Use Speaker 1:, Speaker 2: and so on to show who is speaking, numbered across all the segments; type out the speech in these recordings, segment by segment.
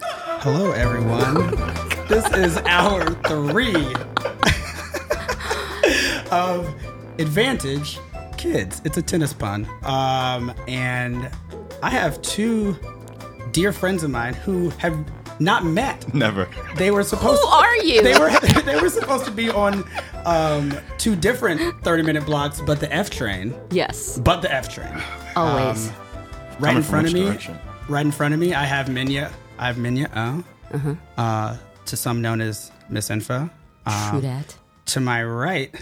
Speaker 1: Hello, everyone. this is hour three of Advantage Kids. It's a tennis pun. Um, and I have two dear friends of mine who have not met.
Speaker 2: Never.
Speaker 1: They were supposed
Speaker 3: Who are you?
Speaker 1: They were they were supposed to be on um, two different 30-minute blocks, but the F train.
Speaker 3: Yes,
Speaker 1: But the F train.
Speaker 3: Um, always.
Speaker 1: Right
Speaker 2: Coming
Speaker 1: in
Speaker 2: from
Speaker 1: front of
Speaker 2: which
Speaker 1: me.
Speaker 2: direction?
Speaker 1: Right in front of me, I have Minya. I have Minya O. Uh, to some known as Miss Info. Uh,
Speaker 3: True that.
Speaker 1: To my right,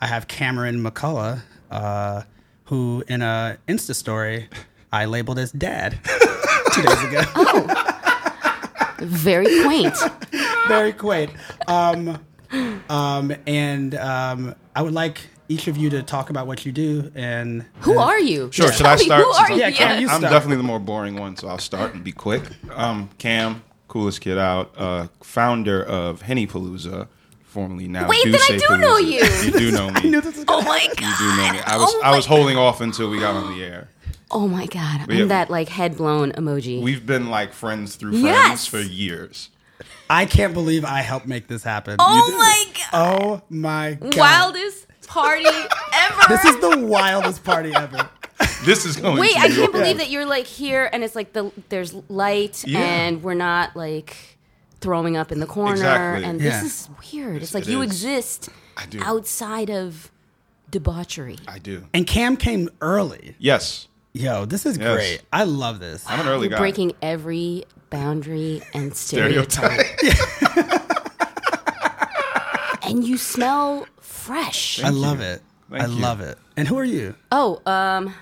Speaker 1: I have Cameron McCullough, uh, who in a Insta story I labeled as dad two days ago.
Speaker 3: Very quaint.
Speaker 1: Very quaint. Um, um, and um, I would like each of you to talk about what you do and
Speaker 3: Who are you?
Speaker 2: Sure,
Speaker 3: Just
Speaker 2: should
Speaker 3: tell
Speaker 2: I
Speaker 3: me,
Speaker 2: start?
Speaker 3: Who are you?
Speaker 1: Yeah, can you-
Speaker 2: I'm
Speaker 1: start.
Speaker 2: definitely the more boring one, so I'll start and be quick. Um, Cam, coolest kid out, uh, founder of Henny Palooza, formerly now.
Speaker 3: Wait,
Speaker 2: do
Speaker 3: then I
Speaker 2: Say
Speaker 3: do
Speaker 2: Palooza.
Speaker 3: know you.
Speaker 2: You do know me.
Speaker 1: knew this was
Speaker 3: Oh my
Speaker 2: You do know me.
Speaker 3: god!
Speaker 2: I was
Speaker 3: oh
Speaker 2: I was
Speaker 3: my-
Speaker 2: holding off until we got on the air.
Speaker 3: Oh my god! I'm
Speaker 2: yeah,
Speaker 3: that like head blown emoji.
Speaker 2: We've been like friends through friends
Speaker 3: Yes.
Speaker 2: for years.
Speaker 1: I can't believe I helped make this happen.
Speaker 3: oh
Speaker 1: You-
Speaker 3: my god!
Speaker 1: Oh my god.
Speaker 3: Wildest party ever.
Speaker 1: This is the wildest party ever.
Speaker 2: This is going.
Speaker 3: Wait,
Speaker 2: to
Speaker 3: I
Speaker 2: be-
Speaker 3: can't believe that you're like here and it's like the there's light
Speaker 2: Yeah.
Speaker 3: and we're not like throwing up in the corner
Speaker 2: Exactly.
Speaker 3: and
Speaker 1: Yeah.
Speaker 3: this is weird. It's like
Speaker 2: it
Speaker 3: you
Speaker 2: is.
Speaker 3: exist
Speaker 2: I do.
Speaker 3: outside of debauchery.
Speaker 2: I do.
Speaker 1: And Cam came early.
Speaker 2: Yes,
Speaker 1: Yo, this is
Speaker 2: Yes.
Speaker 1: great. I love this.
Speaker 2: I'm an early
Speaker 3: You're
Speaker 2: guy.
Speaker 3: breaking every boundary and stereotype.
Speaker 2: stereotype.
Speaker 3: and you smell fresh.
Speaker 1: I love it.
Speaker 2: Thank
Speaker 1: I
Speaker 2: you.
Speaker 1: love it. And who are you?
Speaker 3: Oh, um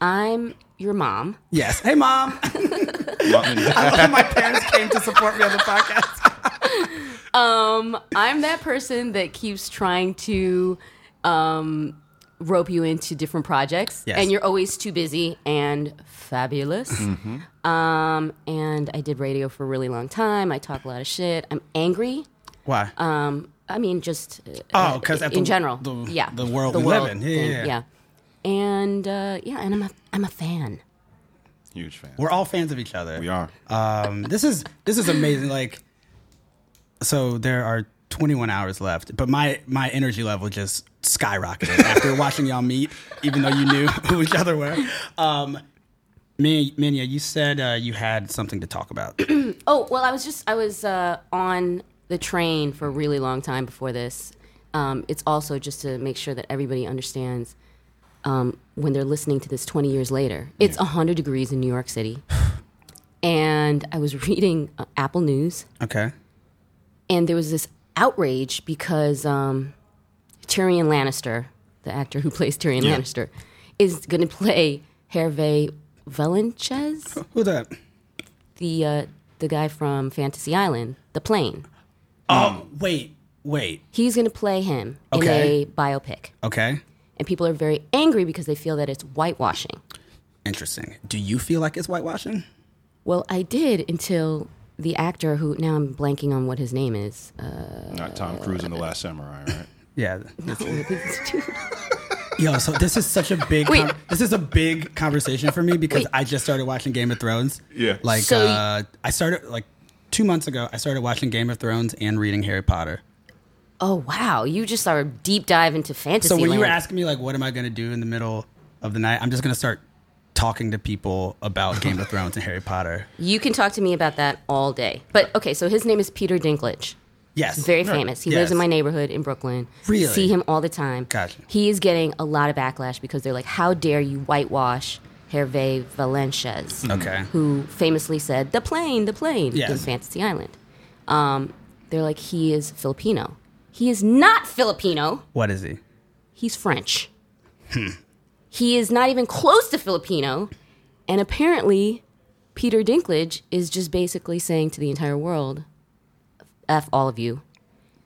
Speaker 3: I'm your mom.
Speaker 1: Yes. Hey, mom. My parents came to support me on the podcast.
Speaker 3: I'm that person that keeps trying to um, rope you into different projects,
Speaker 1: Yes.
Speaker 3: and you're always too busy and fabulous. Um, and I did radio for a really long time. I talk a lot of shit. I'm angry.
Speaker 1: Why?
Speaker 3: Um, I mean, just uh,
Speaker 1: Oh, 'cause
Speaker 3: uh,
Speaker 1: of
Speaker 3: in
Speaker 1: the-
Speaker 3: general,
Speaker 1: the-
Speaker 3: yeah,
Speaker 1: the world we live in. Yeah,
Speaker 3: thing,
Speaker 1: yeah, yeah.
Speaker 3: And uh, yeah, and I'm a I'm a fan.
Speaker 2: Huge fan.
Speaker 1: We're all fans of each other.
Speaker 2: We are.
Speaker 1: Um, this is this is amazing. Like, so there are 21 hours left, but my my energy level just skyrocketed after watching y'all meet, even though you knew who each other were. Um, Mi- Minya, you said uh, you had something to talk about.
Speaker 3: Oh well, I was just I was uh, on the train for a really long time before this. Um, it's also just to make sure that everybody understands um, when they're listening to this 20 years later. It's a 100 degrees in New York City, and I was reading uh, Apple News,
Speaker 1: Okay.
Speaker 3: and there was this outrage because um, Tyrion Lannister, the actor who plays Tyrion
Speaker 2: Yeah.
Speaker 3: Lannister, is going to play Hervé Valenchez
Speaker 1: Who that?
Speaker 3: the uh, the guy from Fantasy Island, the plane.
Speaker 1: Oh, wait, wait.
Speaker 3: He's going to play him
Speaker 1: Okay.
Speaker 3: in a biopic,
Speaker 1: Okay.
Speaker 3: and people are very angry because they feel that it's whitewashing.
Speaker 1: Interesting. Do you feel like it's whitewashing?
Speaker 3: Well, I did until the actor who now I'm blanking on what his name is. Uh,
Speaker 2: Not Tom Cruise in the Last Samurai, right?
Speaker 1: Yeah. Yo, so this is such a big
Speaker 3: Wait.
Speaker 1: con- this is a big conversation for me because
Speaker 3: Wait.
Speaker 1: I just started watching Game of Thrones.
Speaker 2: Yeah.
Speaker 1: Like
Speaker 3: So y-
Speaker 1: uh, I started like 2 months ago I started watching Game of Thrones and reading Harry Potter.
Speaker 3: oh wow, you just are a deep dive into fantasy.
Speaker 1: So when you were
Speaker 3: land.
Speaker 1: asking me like what am I going to do in the middle of the night? I'm just going to start talking to people about Game of Thrones and Harry Potter.
Speaker 3: you can talk to me about that all day. But okay, so his name is Peter Dinklage.
Speaker 1: Yes.
Speaker 3: Very famous. He lives
Speaker 1: Yes.
Speaker 3: in my neighborhood in Brooklyn.
Speaker 1: Really?
Speaker 3: See him all the time.
Speaker 1: Gotcha.
Speaker 3: He is getting a lot of backlash because they're like, how dare you whitewash Hervé Valencias,
Speaker 1: Okay.
Speaker 3: who famously said, the plane, the plane, in
Speaker 1: Yes.
Speaker 3: Fantasy Island. Um, they're like, he is Filipino. He is not Filipino.
Speaker 1: What is he?
Speaker 3: He's French. he is not even close to Filipino. And apparently, Peter Dinklage is just basically saying to the entire world, F all of you.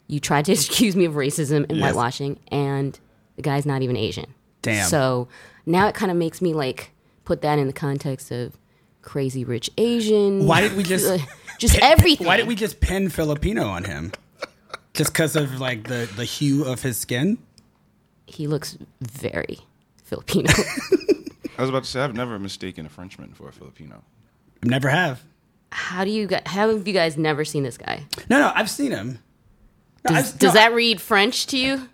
Speaker 3: You tried to accuse me of racism and whitewashing, and the guy's not even Asian.
Speaker 1: Damn.
Speaker 3: So now it kind of makes me like put that in the context of crazy rich Asian.
Speaker 1: Why did we just-
Speaker 3: just
Speaker 1: pin-
Speaker 3: everything?
Speaker 1: Why did we just pin Filipino on him? Just because of like the the hue of his skin?
Speaker 3: He looks very Filipino.
Speaker 2: I was about to say I've never mistaken a Frenchman for a Filipino.
Speaker 1: Never have.
Speaker 3: How do you guys, how have you guys never seen this guy?
Speaker 1: No, no, I've seen him. No,
Speaker 3: Does,
Speaker 1: I've-
Speaker 3: does
Speaker 1: no,
Speaker 3: that read French to you?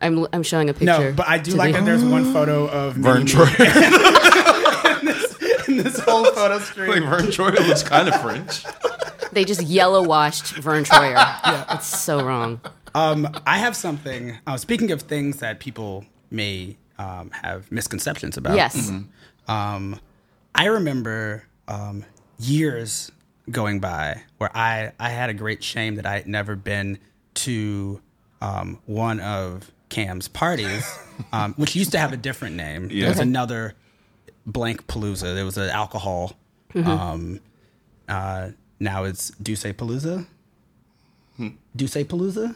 Speaker 3: I'm I'm showing a
Speaker 1: No,
Speaker 3: picture.
Speaker 1: but I do
Speaker 3: to
Speaker 1: like
Speaker 3: the-
Speaker 1: that. There's one photo of me
Speaker 2: Vern Troyer.
Speaker 1: in this whole photo screen.
Speaker 2: like Vern Troyer looks kind of French.
Speaker 3: They just yellow washed Vern Troyer. yeah, it's so wrong.
Speaker 1: Um, I have something. Uh, speaking of things that people may um, have misconceptions about.
Speaker 3: Yes.
Speaker 1: Um, I remember um, years going by where I, I had a great shame that I had never been to um, one of Cam's parties, um, which used to have a different name. It was
Speaker 2: Okay.
Speaker 1: another blank palooza. There was an alcohol. Um, uh, now it's Duce Palooza. Duce Palooza.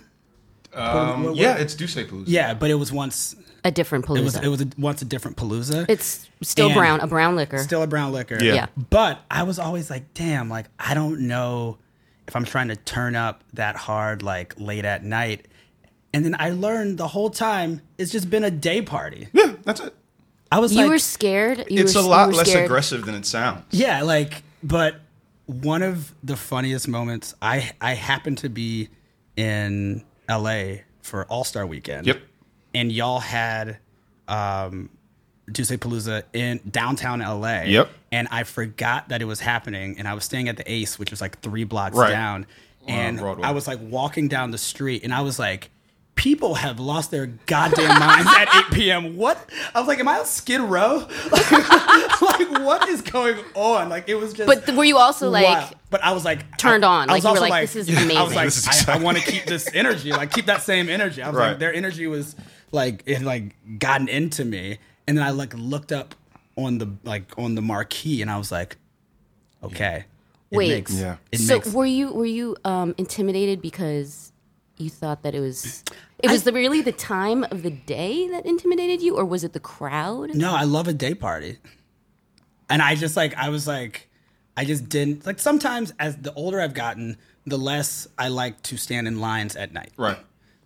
Speaker 2: Um, yeah, it's Duce Palooza.
Speaker 1: Yeah, but it was once
Speaker 3: A different palooza.
Speaker 1: it was it was a, once a different palooza.
Speaker 3: it's still
Speaker 1: And-
Speaker 3: brown, a brown liquor.
Speaker 1: still a brown liquor.
Speaker 2: Yeah. Yeah.
Speaker 1: But I was always like, damn, like I don't know if I'm trying to turn up that hard like late at night. And then I learned the whole time it's just been a day party.
Speaker 2: Yeah, that's it.
Speaker 1: I was
Speaker 3: you
Speaker 1: like,
Speaker 3: were scared. You
Speaker 2: It's
Speaker 3: were,
Speaker 2: a
Speaker 3: you
Speaker 2: lot
Speaker 3: were
Speaker 2: less
Speaker 3: scared.
Speaker 2: aggressive than it sounds.
Speaker 1: Yeah, like, but one of the funniest moments I I happened to be in L.A. for All Star Weekend.
Speaker 2: Yep.
Speaker 1: and y'all had um, Tuesday Palooza in downtown L.A.
Speaker 2: Yep.
Speaker 1: and I forgot that it was happening, and I was staying at the Ace, which was like three blocks
Speaker 2: Right.
Speaker 1: down, and
Speaker 2: Broadway.
Speaker 1: I was like walking down the street, and I was like. People have lost their goddamn minds at 8 p.m. What? I was like, am I on Skid Row? like what is going on? Like it was just.
Speaker 3: But th- were you also like
Speaker 1: wild. But I was like
Speaker 3: turned on?
Speaker 1: I
Speaker 3: like
Speaker 1: was
Speaker 3: you were
Speaker 1: also
Speaker 3: like,
Speaker 1: like,
Speaker 3: this is
Speaker 1: I was
Speaker 3: amazing.
Speaker 1: like,
Speaker 2: This is
Speaker 1: I- I,
Speaker 2: exciting.
Speaker 1: want to keep this energy. Like keep that same energy. I was like,
Speaker 2: Right.
Speaker 1: their energy was like it had, like gotten into me, and then I like looked up on the like on the marquee, and I was like, okay, it
Speaker 3: Wait.
Speaker 1: makes-
Speaker 2: Yeah.
Speaker 1: it
Speaker 3: so
Speaker 1: makes
Speaker 3: were you were you um, intimidated because you thought that it was it was the, really the time of the day that intimidated you, or was it the crowd?
Speaker 1: No, I love a day party. And I just like I was like I just didn't like sometimes as the older I've gotten, the less I like to stand in lines at night.
Speaker 2: Right.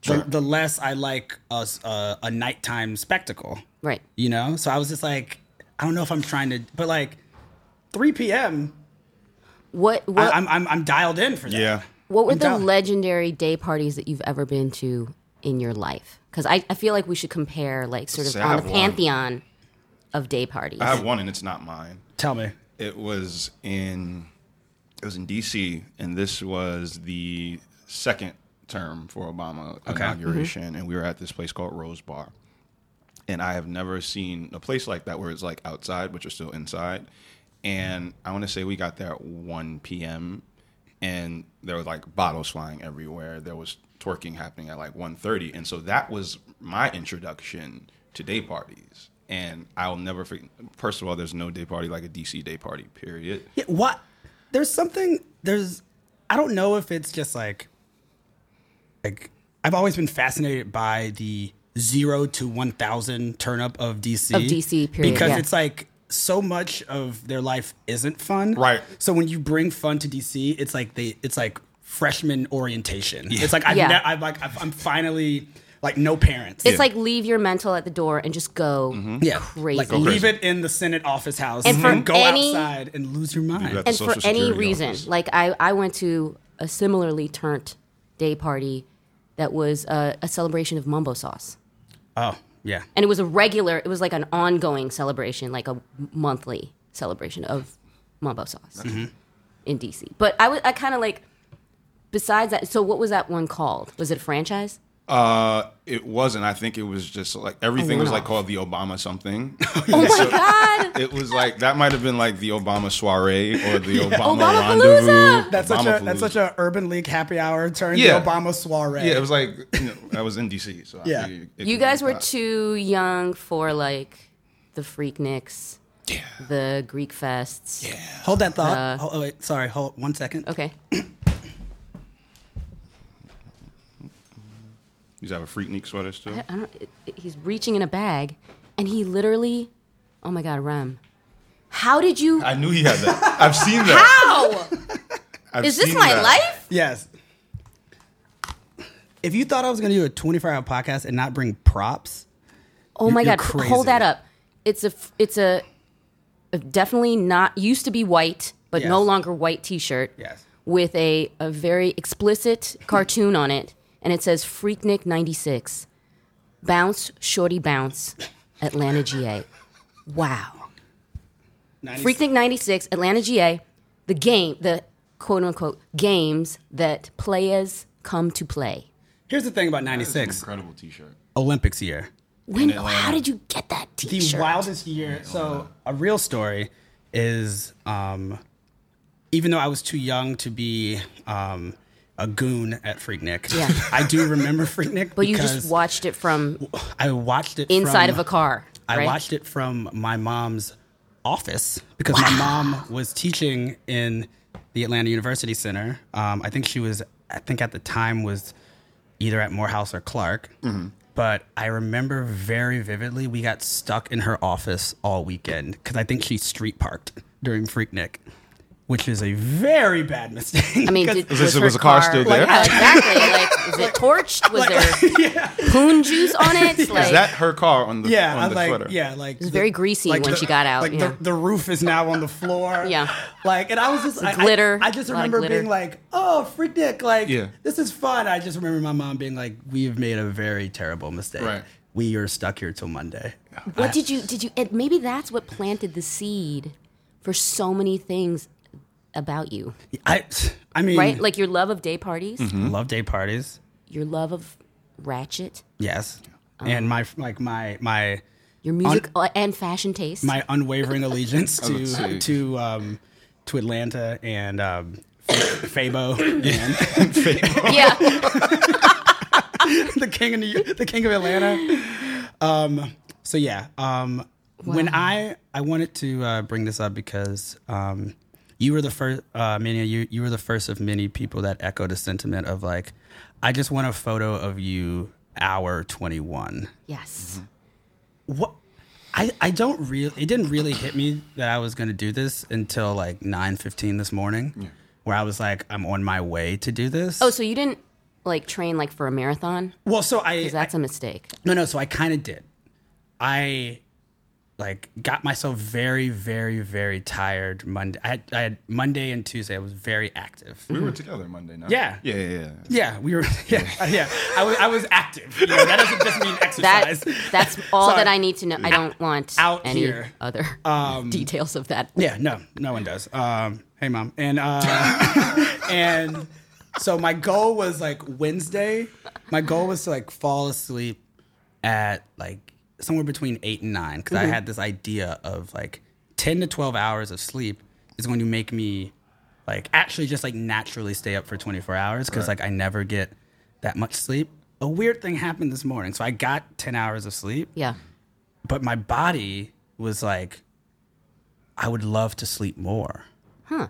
Speaker 1: The, the less I like a, s- a- a nighttime spectacle.
Speaker 3: Right.
Speaker 1: You know? So I was just like I don't know if I'm trying to but like 3 p.m.
Speaker 3: What
Speaker 1: I,
Speaker 3: what
Speaker 1: I'm, I'm I'm dialed in for that.
Speaker 2: Yeah.
Speaker 3: what were
Speaker 1: I'm
Speaker 3: the
Speaker 1: down.
Speaker 3: legendary day parties that you've ever been to in your life? Because I, I feel like we should compare like sort of
Speaker 2: See, I
Speaker 3: on the
Speaker 2: have one.
Speaker 3: pantheon of day parties.
Speaker 2: I have one and it's not mine.
Speaker 1: Tell me.
Speaker 2: It was in it was in DC and this was the second term for Obama
Speaker 1: Okay.
Speaker 2: inauguration
Speaker 3: Mm-hmm.
Speaker 2: and we were at this place called Rose Bar. And I have never seen a place like that where it's like outside but you're still inside. And I want to say we got there at 1 p.m. and there were like bottles flying everywhere. There was twerking happening at like 1:30 and so that was my introduction to day parties. And I'll never forget. First of all, there's no day party like a DC day party. Period.
Speaker 1: Yeah, what? There's something. There's. I don't know if it's just like. Like I've always been fascinated by the zero to one thousand turn up of DC.
Speaker 3: Of DC, period,
Speaker 1: Because
Speaker 3: yeah.
Speaker 1: it's like so much of their life isn't fun.
Speaker 2: Right.
Speaker 1: So when you bring fun to DC, it's like they. It's like freshman orientation. It's like I've.
Speaker 3: Yeah.
Speaker 1: Ne- I've like I've, I'm finally like no parents.
Speaker 3: it's like leave your mental at the door and just go
Speaker 2: Mm-hmm.
Speaker 1: yeah,
Speaker 3: crazy.
Speaker 1: Like leave it in the Senate office house
Speaker 3: And
Speaker 1: and,
Speaker 3: for
Speaker 1: go
Speaker 3: any-
Speaker 1: outside and lose your mind.
Speaker 2: got
Speaker 3: and
Speaker 2: the
Speaker 3: for
Speaker 2: Social
Speaker 3: any
Speaker 2: Security
Speaker 3: reason
Speaker 2: office.
Speaker 3: like I, I went to a similarly turnt day party that was a, a celebration of mumbo sauce
Speaker 1: oh yeah.
Speaker 3: and it was a regular it was like an ongoing celebration like a monthly celebration of mumbo sauce
Speaker 2: Mm-hmm.
Speaker 3: in dc but i, was I kind of like besides that so what was that one called was it a franchise
Speaker 2: Uh, it wasn't. I think it was just like everything was like called
Speaker 3: one-off.
Speaker 2: the Obama something.
Speaker 3: oh my god
Speaker 2: it was like that might have been like the Obama soiree or the Obama
Speaker 3: Obamapalooza!
Speaker 2: rendezvous.
Speaker 1: That's such a that's
Speaker 2: Obamapalooza.
Speaker 1: such a urban league happy hour turned
Speaker 2: Yeah.
Speaker 1: to Obama soiree.
Speaker 2: yeah. It was like you know, I was in DC, so I
Speaker 1: Yeah.
Speaker 2: figured it
Speaker 3: you
Speaker 2: could
Speaker 3: guys
Speaker 2: be
Speaker 3: were
Speaker 2: that.
Speaker 3: too young for like the freaknicks the greek fests
Speaker 1: hold that thought. oh, oh, wait, sorry. Hold one second.
Speaker 3: Uh, okay
Speaker 2: You guys have a Freaknik sweater still?
Speaker 3: I don't, it, it- he's reaching in a bag, and he literally, oh my god, Rem, how did you?
Speaker 2: I knew he had that. I've seen that.
Speaker 3: How
Speaker 2: I've
Speaker 3: is this
Speaker 2: seen
Speaker 3: my
Speaker 2: that.
Speaker 3: life?
Speaker 1: Yes. If you thought I was going to do a 24 hour podcast and not bring props,
Speaker 3: Oh my
Speaker 1: You're
Speaker 3: god,
Speaker 1: crazy.
Speaker 3: hold that up. It's a, f- it's a, a definitely not used to be white but no
Speaker 1: Yes.
Speaker 3: longer white T-shirt
Speaker 1: Yes.
Speaker 3: with a, a very explicit cartoon on it, and it says Freaknik '96, bounce, shorty, bounce, Atlanta GA. Wow.
Speaker 1: 90s
Speaker 3: Freaknik 96, Atlanta GA, the game, the quote unquote games that players come to play.
Speaker 1: Here's the thing about '96
Speaker 2: Incredible T-shirt.
Speaker 1: Olympics year.
Speaker 3: When,
Speaker 2: In Atlanta.
Speaker 3: how did you get that t
Speaker 1: the
Speaker 3: shirt?
Speaker 1: wildest year. So a real story is, um, even though I was too young to be um, a goon at Freaknik,
Speaker 3: Yeah.
Speaker 1: I do remember Freaknik.
Speaker 3: but you
Speaker 1: because
Speaker 3: just watched it from
Speaker 1: I watched it
Speaker 3: inside
Speaker 1: from-
Speaker 3: of a car.
Speaker 1: I
Speaker 3: right?
Speaker 1: watched it from my mom's office because my mom was teaching in the Atlanta University Center. Um, I think she was, I think at the time was either at Morehouse or Clark.
Speaker 3: Mm-hmm.
Speaker 1: But I remember very vividly we got stuck in her office all weekend because I think she street parked during Freaknik, which is a very bad mistake.
Speaker 3: I mean,
Speaker 1: 'cause-
Speaker 3: did, was,
Speaker 2: this-
Speaker 3: her
Speaker 2: was the car still
Speaker 3: Like,
Speaker 2: there?
Speaker 3: yeah, exactly. Like, was it torched? Was there poon juice on it? Like,
Speaker 2: Is that her car on the
Speaker 1: yeah,
Speaker 2: on
Speaker 1: I
Speaker 2: the
Speaker 1: like
Speaker 2: sweater?
Speaker 1: yeah, like it's
Speaker 3: very greasy when she got out,
Speaker 1: Like
Speaker 3: yeah.
Speaker 1: the, the roof is now on the floor.
Speaker 3: Yeah.
Speaker 1: like and I was just I, I-
Speaker 3: glitter,
Speaker 1: I, just
Speaker 3: a lot of
Speaker 1: remember
Speaker 3: glitter.
Speaker 1: being like, "Oh, freak dick!" Like,
Speaker 2: Yeah.
Speaker 1: this is fun. I just remember my mom being like, "We have made a very terrible mistake.
Speaker 2: Right.
Speaker 1: We are stuck here till Monday."
Speaker 3: What did you did you and maybe that's what planted the seed for so many things about you,
Speaker 1: I, I mean,
Speaker 3: right? Like your love of day parties,
Speaker 2: Mm-hmm. Hmm?
Speaker 1: love day parties.
Speaker 3: your love of ratchet,
Speaker 1: Yes, and my like my my
Speaker 3: your music uh and fashion taste.
Speaker 1: my unwavering allegiance
Speaker 2: would
Speaker 1: to
Speaker 2: say-
Speaker 1: to um to Atlanta and um Fabo and
Speaker 3: yeah,
Speaker 1: the king of New, the king of Atlanta. Um, so yeah, um, when I I wanted to uh, bring this up because um, you were the first, uh, Minya, you you were the first of many people that echoed a sentiment of like, I just want a photo of you, hour twenty one.
Speaker 3: yes.
Speaker 1: What? I, I don't really it didn't really hit me that I was gonna do this until like nine fifteen this morning, where I was like I'm on my way to do this.
Speaker 3: Oh, so you didn't like train like for a marathon?
Speaker 1: well, so I
Speaker 3: 'Cause that's a mistake.
Speaker 1: No, no. So I kind of did. I like got myself very, very, very tired Monday. I had, I had Monday and Tuesday. I was very active.
Speaker 2: We were together Monday night.
Speaker 1: Yeah.
Speaker 2: Yeah, yeah, yeah.
Speaker 1: Yeah, we were. Yeah, yeah. I was, I was active. You know, that doesn't just mean
Speaker 3: That
Speaker 1: exercise.
Speaker 3: that's all
Speaker 1: Sorry.
Speaker 3: that I need to know. I don't want
Speaker 1: Out
Speaker 3: any
Speaker 1: here. Um,
Speaker 3: other details of that.
Speaker 1: Yeah, no, no one does. Um, hey, mom, and uh, and so my goal was like Wednesday. My goal was to like fall asleep at like somewhere between eight and nine because I had this idea of like ten to twelve hours of sleep is going to make me like actually just like naturally stay up for twenty four hours because like I never get that much sleep. A weird thing happened this morning, so I got ten hours of sleep
Speaker 3: Yeah.
Speaker 1: but my body was like i would love to sleep more
Speaker 3: Huh.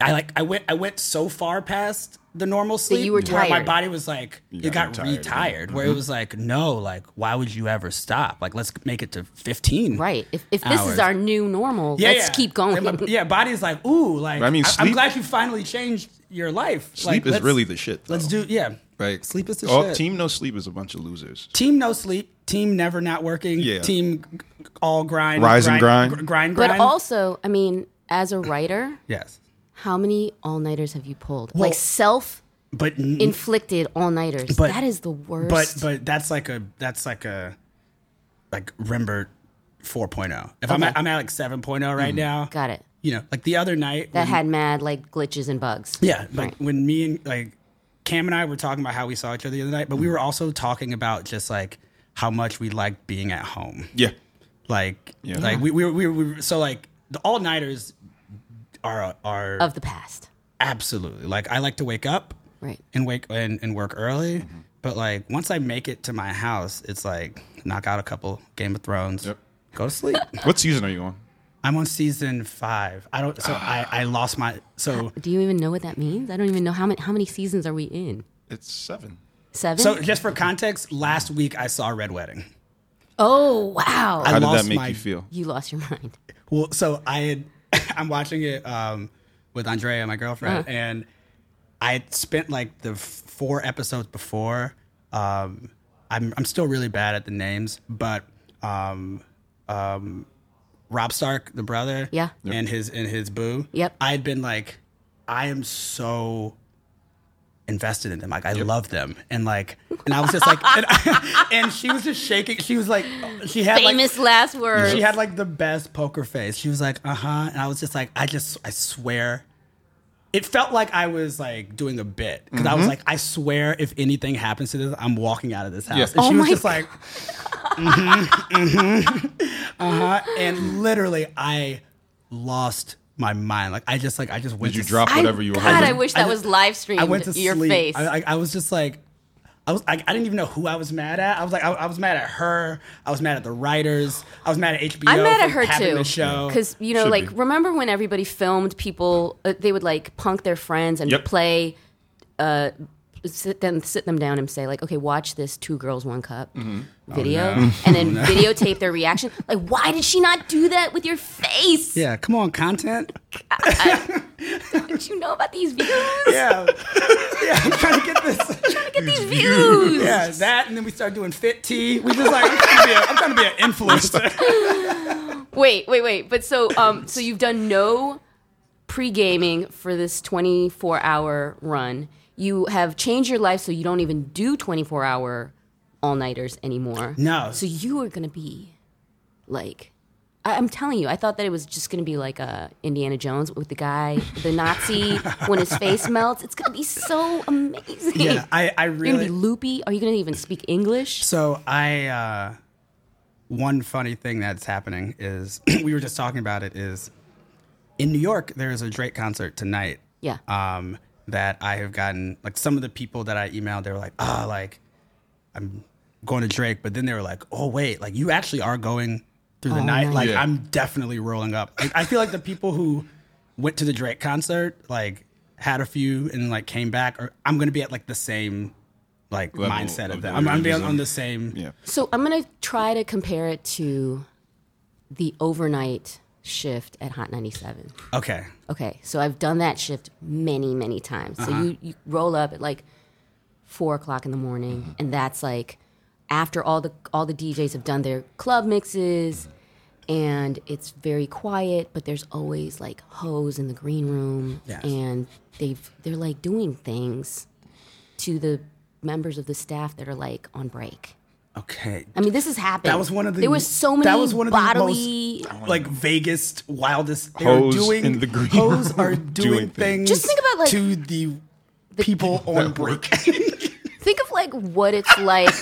Speaker 1: i like i went i went so far past the normal sleep
Speaker 3: you were
Speaker 1: where my
Speaker 3: tired.
Speaker 1: body was like it got
Speaker 2: got retired, yeah. Mm-hmm.
Speaker 1: retired where it was like no like why would you ever stop like let's make it to 15
Speaker 3: Right. If, if this
Speaker 1: Hours.
Speaker 3: is our new normal,
Speaker 1: yeah,
Speaker 3: let's
Speaker 1: yeah.
Speaker 3: keep going.
Speaker 1: And my- yeah body's like ooh like
Speaker 2: I
Speaker 1: i
Speaker 2: mean,
Speaker 1: mean i'm
Speaker 2: sleep-
Speaker 1: glad you finally changed your life
Speaker 2: Sleep
Speaker 1: like,
Speaker 2: is
Speaker 1: let's-
Speaker 2: really the shit. Though.
Speaker 1: let's do yeah
Speaker 2: Right.
Speaker 1: sleep is the
Speaker 2: Oh,
Speaker 1: shit
Speaker 2: Team no sleep is a bunch of losers.
Speaker 1: Team no sleep team never not working
Speaker 2: Yeah.
Speaker 1: team g- all grind
Speaker 2: Rise and grind.
Speaker 1: gr- grind
Speaker 3: But
Speaker 1: grind
Speaker 3: also, I mean, as a writer,
Speaker 1: yes
Speaker 3: how many all nighters have you pulled?
Speaker 1: Well-
Speaker 3: like self
Speaker 1: but n-
Speaker 3: inflicted all nighters.
Speaker 1: But-
Speaker 3: That is the worst.
Speaker 1: But but that's like a that's like a like Rembert 4.0. oh. If I'm
Speaker 3: Okay.
Speaker 1: at, I'm at like 7.0 right now.
Speaker 3: Got it.
Speaker 1: You know, like the other night
Speaker 3: That
Speaker 1: when-
Speaker 3: had mad like glitches and bugs.
Speaker 1: Mm-hmm. yeah, like when me and like Cam and I were talking about how we saw each other the other night, but we were also talking about just like how much we liked being at home.
Speaker 2: Yeah.
Speaker 1: Like like we we, were- we, were- we were- so like the all nighters are are
Speaker 3: Of the past.
Speaker 1: absolutely like I like to wake up
Speaker 3: Right.
Speaker 1: and wake and, and work early. But like once I make it to my house, it's like knock out a couple Game of Thrones,
Speaker 2: Yep.
Speaker 1: go to sleep.
Speaker 2: What season are you on?
Speaker 1: I'm on season five. I don't. So I I lost my. So
Speaker 3: Do you even know what that means? I don't even know how many how many seasons are we in?
Speaker 2: It's seven.
Speaker 3: Seven?
Speaker 1: so just for context, last week I saw Red Wedding.
Speaker 3: oh wow.
Speaker 1: I
Speaker 2: How did
Speaker 1: lost
Speaker 2: that make
Speaker 1: my-
Speaker 2: you feel?
Speaker 3: you lost your mind.
Speaker 1: Well, so I had, I'm watching it um, with Andrea, my girlfriend,
Speaker 3: Uh-huh.
Speaker 1: and I had spent like the f- four episodes before. Um, I'm I'm still really bad at the names, but um, um, Rob Stark, the brother,
Speaker 3: Yeah.
Speaker 2: Yep.
Speaker 1: and his and his boo.
Speaker 3: Yep.
Speaker 1: I had been like, I am so invested in them. Like I love them, and like, and I was just like, and, and she was just shaking. She was like, she had like,
Speaker 3: Famous last words.
Speaker 1: she had like the best poker face. She was like, uh huh. And I was just like, I just, I swear. It felt like I was like doing a bit because
Speaker 2: Mm-hmm.
Speaker 1: I was like, I swear if anything happens to this, I'm walking out of this house.
Speaker 2: Yeah.
Speaker 1: And she
Speaker 3: Oh
Speaker 1: was
Speaker 3: my
Speaker 1: just like, "Mm-hmm, uh huh. And literally, I lost my mind. Like, I just, like, I just went
Speaker 2: Did you
Speaker 1: to
Speaker 2: drop
Speaker 3: I-
Speaker 2: whatever you were
Speaker 3: God, I
Speaker 2: holding?
Speaker 3: wish that
Speaker 1: I-
Speaker 3: was live streamed.
Speaker 1: I went to
Speaker 3: your
Speaker 1: sleep.
Speaker 3: face.
Speaker 1: I, I, I was just like, I was I, I didn't even know who I was mad at. I was like, I, I was mad at her. I was mad at the writers. I was mad at HBO.
Speaker 3: I'm mad
Speaker 1: for
Speaker 3: at her
Speaker 1: having
Speaker 3: too.
Speaker 1: The show
Speaker 3: Because you know,
Speaker 2: Should
Speaker 3: like
Speaker 2: be.
Speaker 3: remember when everybody filmed people? Uh, they would like punk their friends and
Speaker 2: Yep.
Speaker 3: play. Uh, sit them sit them down and say like, okay, watch this two girls one cup
Speaker 1: Mm-hmm. Oh,
Speaker 3: video, and then videotape their reaction. Like, why did she not do that with your face?
Speaker 1: Yeah, come on, content.
Speaker 3: Did you know about these views?
Speaker 1: Yeah, yeah, I'm trying to get this.
Speaker 3: Get these views.
Speaker 1: Yeah, that, and then we start doing fit tea. We just like I'm trying to be, a, I'm trying to be an influencer.
Speaker 3: Wait, wait, wait. But so, um, so you've done no pre gaming for this 24 hour run. You have changed your life so you don't even do 24 hour all nighters anymore.
Speaker 1: No.
Speaker 3: So you are going to be like, I- I'm telling you, I thought that it was just going to be like uh, Indiana Jones with the guy, the Nazi, when his face melts. It's going to be so amazing.
Speaker 1: Yeah, I I
Speaker 3: You're going to be
Speaker 1: really.
Speaker 3: loopy. Are you going to even speak English?
Speaker 1: So I uh, one funny thing that's happening is we were just talking about it is in New York there is a Drake concert tonight.
Speaker 3: Yeah.
Speaker 1: um, that I have gotten like some of the people that I emailed, they were like, ah, like I'm going to Drake, but then they were like, oh wait, like you actually are going through the night.
Speaker 3: nice.
Speaker 1: Like
Speaker 2: Yeah.
Speaker 1: I'm definitely rolling up. Like, I feel like the people who went to the Drake concert, like had a few and like came back, or I'm gonna be at like the same like
Speaker 2: Level
Speaker 1: mindset of
Speaker 2: of
Speaker 1: that. I'm, I'm being
Speaker 2: delirium.
Speaker 1: on the same.
Speaker 2: Yeah.
Speaker 3: So I'm gonna try to compare it to the overnight shift at Hot 97.
Speaker 1: Okay.
Speaker 3: Okay, so I've done that shift many, many times. So you, you roll up at like four o'clock in the morning, and that's like after all the all the DJs have done their club mixes, and it's very quiet. But there's always like hoes in the green room,
Speaker 1: Yes.
Speaker 3: and they've they're like doing things to the members of the staff that are like on break.
Speaker 1: Okay.
Speaker 3: I mean, this has happened.
Speaker 1: That was one of the.
Speaker 3: There was so many
Speaker 1: That was one of
Speaker 3: bodily.
Speaker 1: the most like vaguest, wildest. They
Speaker 2: Hoes
Speaker 1: are doing
Speaker 2: in the green
Speaker 1: hoes
Speaker 2: room
Speaker 1: are doing,
Speaker 2: doing
Speaker 1: things.
Speaker 2: things.
Speaker 3: Just think about, like,
Speaker 1: to the, people on break.
Speaker 3: think of like what it's like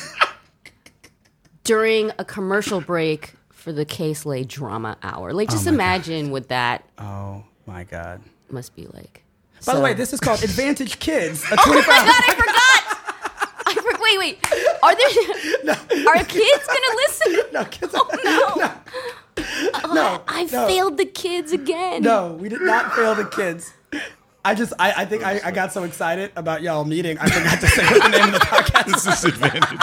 Speaker 3: during a commercial break for the case lay drama hour. Like, just imagine what that
Speaker 1: oh my god!
Speaker 3: must be like.
Speaker 1: By the
Speaker 3: So- Oh
Speaker 1: way, this is called Advantage Kids. A 25
Speaker 3: God, I forgot. I for- wait, wait. Are there? Are kids gonna listen?
Speaker 1: no, kids.
Speaker 3: Oh, No.
Speaker 1: no,
Speaker 3: I
Speaker 1: no.
Speaker 3: failed the kids again.
Speaker 1: No, we did not fail the kids. I just, I, I think I, I got so excited about y'all meeting, I forgot to say what the name of the podcast
Speaker 2: It's disadvantage.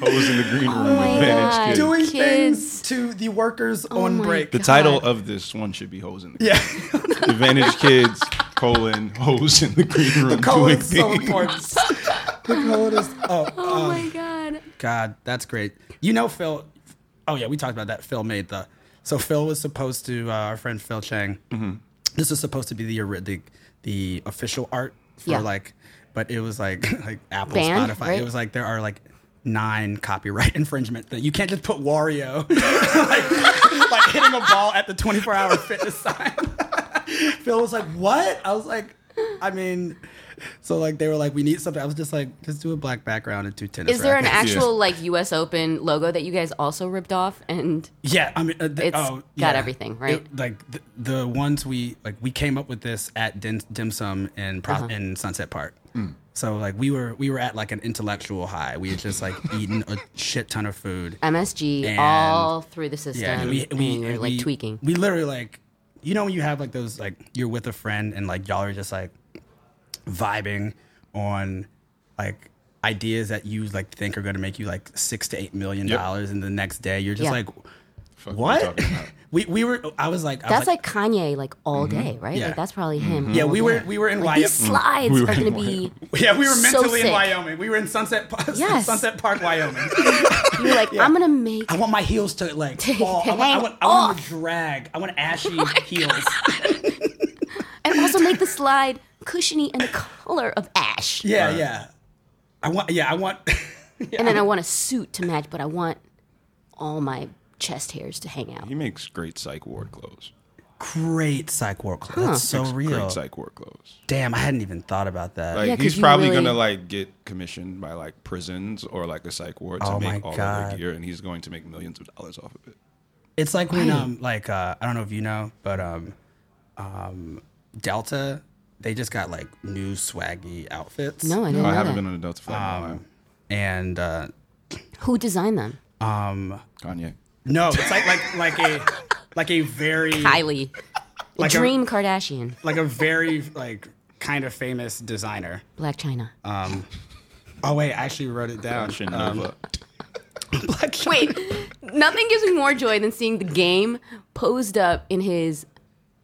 Speaker 2: Hoes in the green room.
Speaker 3: Oh my
Speaker 2: advantage
Speaker 3: God.
Speaker 2: kid.
Speaker 3: Do
Speaker 1: Doing
Speaker 3: Kids. Oh
Speaker 1: things to the workers on
Speaker 3: my
Speaker 1: break.
Speaker 2: The
Speaker 3: God.
Speaker 2: title of this one should be "Hoes in the
Speaker 1: Yeah,
Speaker 2: Green Room." Advantage Kids: colon Hoes in the Green Room. doing
Speaker 1: colon is so
Speaker 2: things.
Speaker 1: important. The colon is. Oh,
Speaker 3: Oh my god.
Speaker 1: God, that's great. You know, Phil. Oh yeah, we talked about that. Phil made the. So Phil was supposed to. Uh, our friend Phil Chang. This was supposed to be the ori- the, the official art for
Speaker 3: Yeah.
Speaker 1: like, but it was like like Apple,
Speaker 3: Banned,
Speaker 1: Spotify.
Speaker 3: right?
Speaker 1: It was like there are like nine copyright infringement things. You can't just put Wario like, like hitting a ball at the twenty four hour fitness sign. Phil was like, "What?" I was like, "I mean." So like they were like, "We need something." I was just like, "Just do a black background and two tennis."
Speaker 3: Is there an
Speaker 1: rackets."
Speaker 3: actual like U.S. Open logo that you guys also ripped off and?
Speaker 1: Yeah, I mean, uh, th-
Speaker 3: It's
Speaker 1: oh,
Speaker 3: got
Speaker 1: yeah.
Speaker 3: everything, right?
Speaker 1: It- like the, the ones we like, we came up with this at Dim, Dim Sum in Pro-
Speaker 3: Uh-huh.
Speaker 1: in Sunset Park. So like we were we were at like an intellectual high. We had just like eaten a shit ton of food.
Speaker 3: MSG
Speaker 1: And-
Speaker 3: all through the system.
Speaker 1: Yeah, and we we
Speaker 3: and you're
Speaker 1: and
Speaker 3: like
Speaker 1: we-
Speaker 3: tweaking.
Speaker 1: We literally like, you know, when you have like those like you're with a friend and like y'all are just like vibing on like ideas that you like think are going to make you like six to eight million
Speaker 2: Yep.
Speaker 1: dollars, and the next day you're just
Speaker 3: Yeah.
Speaker 1: like,
Speaker 2: Fuck,
Speaker 1: what?
Speaker 2: talking about?
Speaker 1: We we were. I was like, I was
Speaker 3: That's like, Kanye, like all day, right?
Speaker 1: Yeah. Mm-hmm.
Speaker 3: Like that's probably him.
Speaker 1: yeah.
Speaker 3: all
Speaker 1: We were
Speaker 3: day.
Speaker 1: we were in
Speaker 3: Like,
Speaker 1: Wyoming.
Speaker 3: these slides
Speaker 2: We were
Speaker 3: are
Speaker 2: in
Speaker 3: going to be.
Speaker 1: yeah, we were
Speaker 3: so
Speaker 1: mentally in
Speaker 3: sick.
Speaker 1: Wyoming. We were in Sunset Park,
Speaker 3: Yes.
Speaker 1: Sunset Park, Wyoming.
Speaker 3: You were like, I'm going to make.
Speaker 1: I want my heels to like
Speaker 3: To
Speaker 1: fall. I want, I
Speaker 3: hang
Speaker 1: want, I want them to drag. I want ashy
Speaker 3: Oh
Speaker 1: heels.
Speaker 3: and also make the slide cushiony and the color of ash.
Speaker 1: Yeah, yeah. I want. Yeah, I want. yeah.
Speaker 3: And then I want a suit to match, but I want all my chest hairs to hang out.
Speaker 2: He makes great psych ward clothes.
Speaker 1: Great psych work. That's so
Speaker 2: Makes
Speaker 1: real.
Speaker 2: Great psych ward clothes.
Speaker 1: Damn, I hadn't even thought about that.
Speaker 2: Like
Speaker 3: Yeah, 'cause
Speaker 2: he's
Speaker 3: you
Speaker 2: probably
Speaker 3: really-
Speaker 2: gonna like get commissioned by like prisons or like a psych ward to
Speaker 1: Oh my
Speaker 2: make all of
Speaker 1: God.
Speaker 2: their gear, and he's going to make millions of dollars off of it.
Speaker 1: it's like when um like uh I don't know if you know, but um um Delta they just got like new swaggy outfits.
Speaker 3: No, I didn't
Speaker 2: Oh, I
Speaker 3: know
Speaker 2: haven't
Speaker 3: that.
Speaker 2: been on a Delta flight
Speaker 3: Um,
Speaker 1: And uh
Speaker 3: Who designed them?
Speaker 2: in a while. Kanye.
Speaker 1: no, it's like like like a like a very
Speaker 3: Kylie.
Speaker 1: like a-
Speaker 3: Dream Kardashian.
Speaker 1: like a very like kind of famous designer.
Speaker 3: Black China.
Speaker 1: Uh. Oh wait, I actually wrote it down.
Speaker 2: Fashion
Speaker 1: Um,
Speaker 2: Nova.
Speaker 1: Black China.
Speaker 3: Wait, nothing gives me more joy than seeing the game posed up in his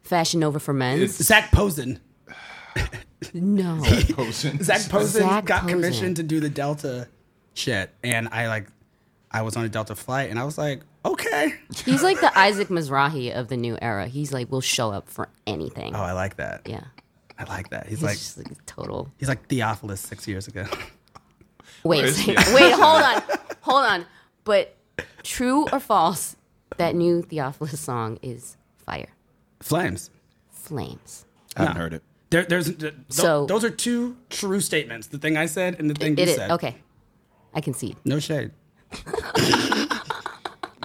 Speaker 3: Fashion Nova for Men.
Speaker 1: Zach Posen.
Speaker 3: no.
Speaker 2: Posen.
Speaker 1: Zach Posen
Speaker 3: Zach
Speaker 1: got
Speaker 3: Posen.
Speaker 1: commissioned to do the Delta shit, and I like, I was on a Delta flight, and I was like, okay.
Speaker 3: He's like the Isaac Mizrahi of the new era. He's like, will show up for anything.
Speaker 1: Oh, I like that.
Speaker 3: Yeah.
Speaker 1: I like that. He's
Speaker 3: He's
Speaker 1: like,
Speaker 3: just like total.
Speaker 1: he's like Theophilus six years ago.
Speaker 3: Wait, a
Speaker 2: Where's
Speaker 3: second.
Speaker 2: the-
Speaker 3: wait, hold on, hold on. But true or false, that new Theophilus song is fire,
Speaker 1: Flames.
Speaker 3: flames.
Speaker 2: I haven't heard it.
Speaker 1: There, there's th-
Speaker 3: So-
Speaker 1: those are two true statements. The thing I said and the thing
Speaker 3: It
Speaker 1: you
Speaker 3: is
Speaker 1: said.
Speaker 3: okay. I can see.
Speaker 1: No shade.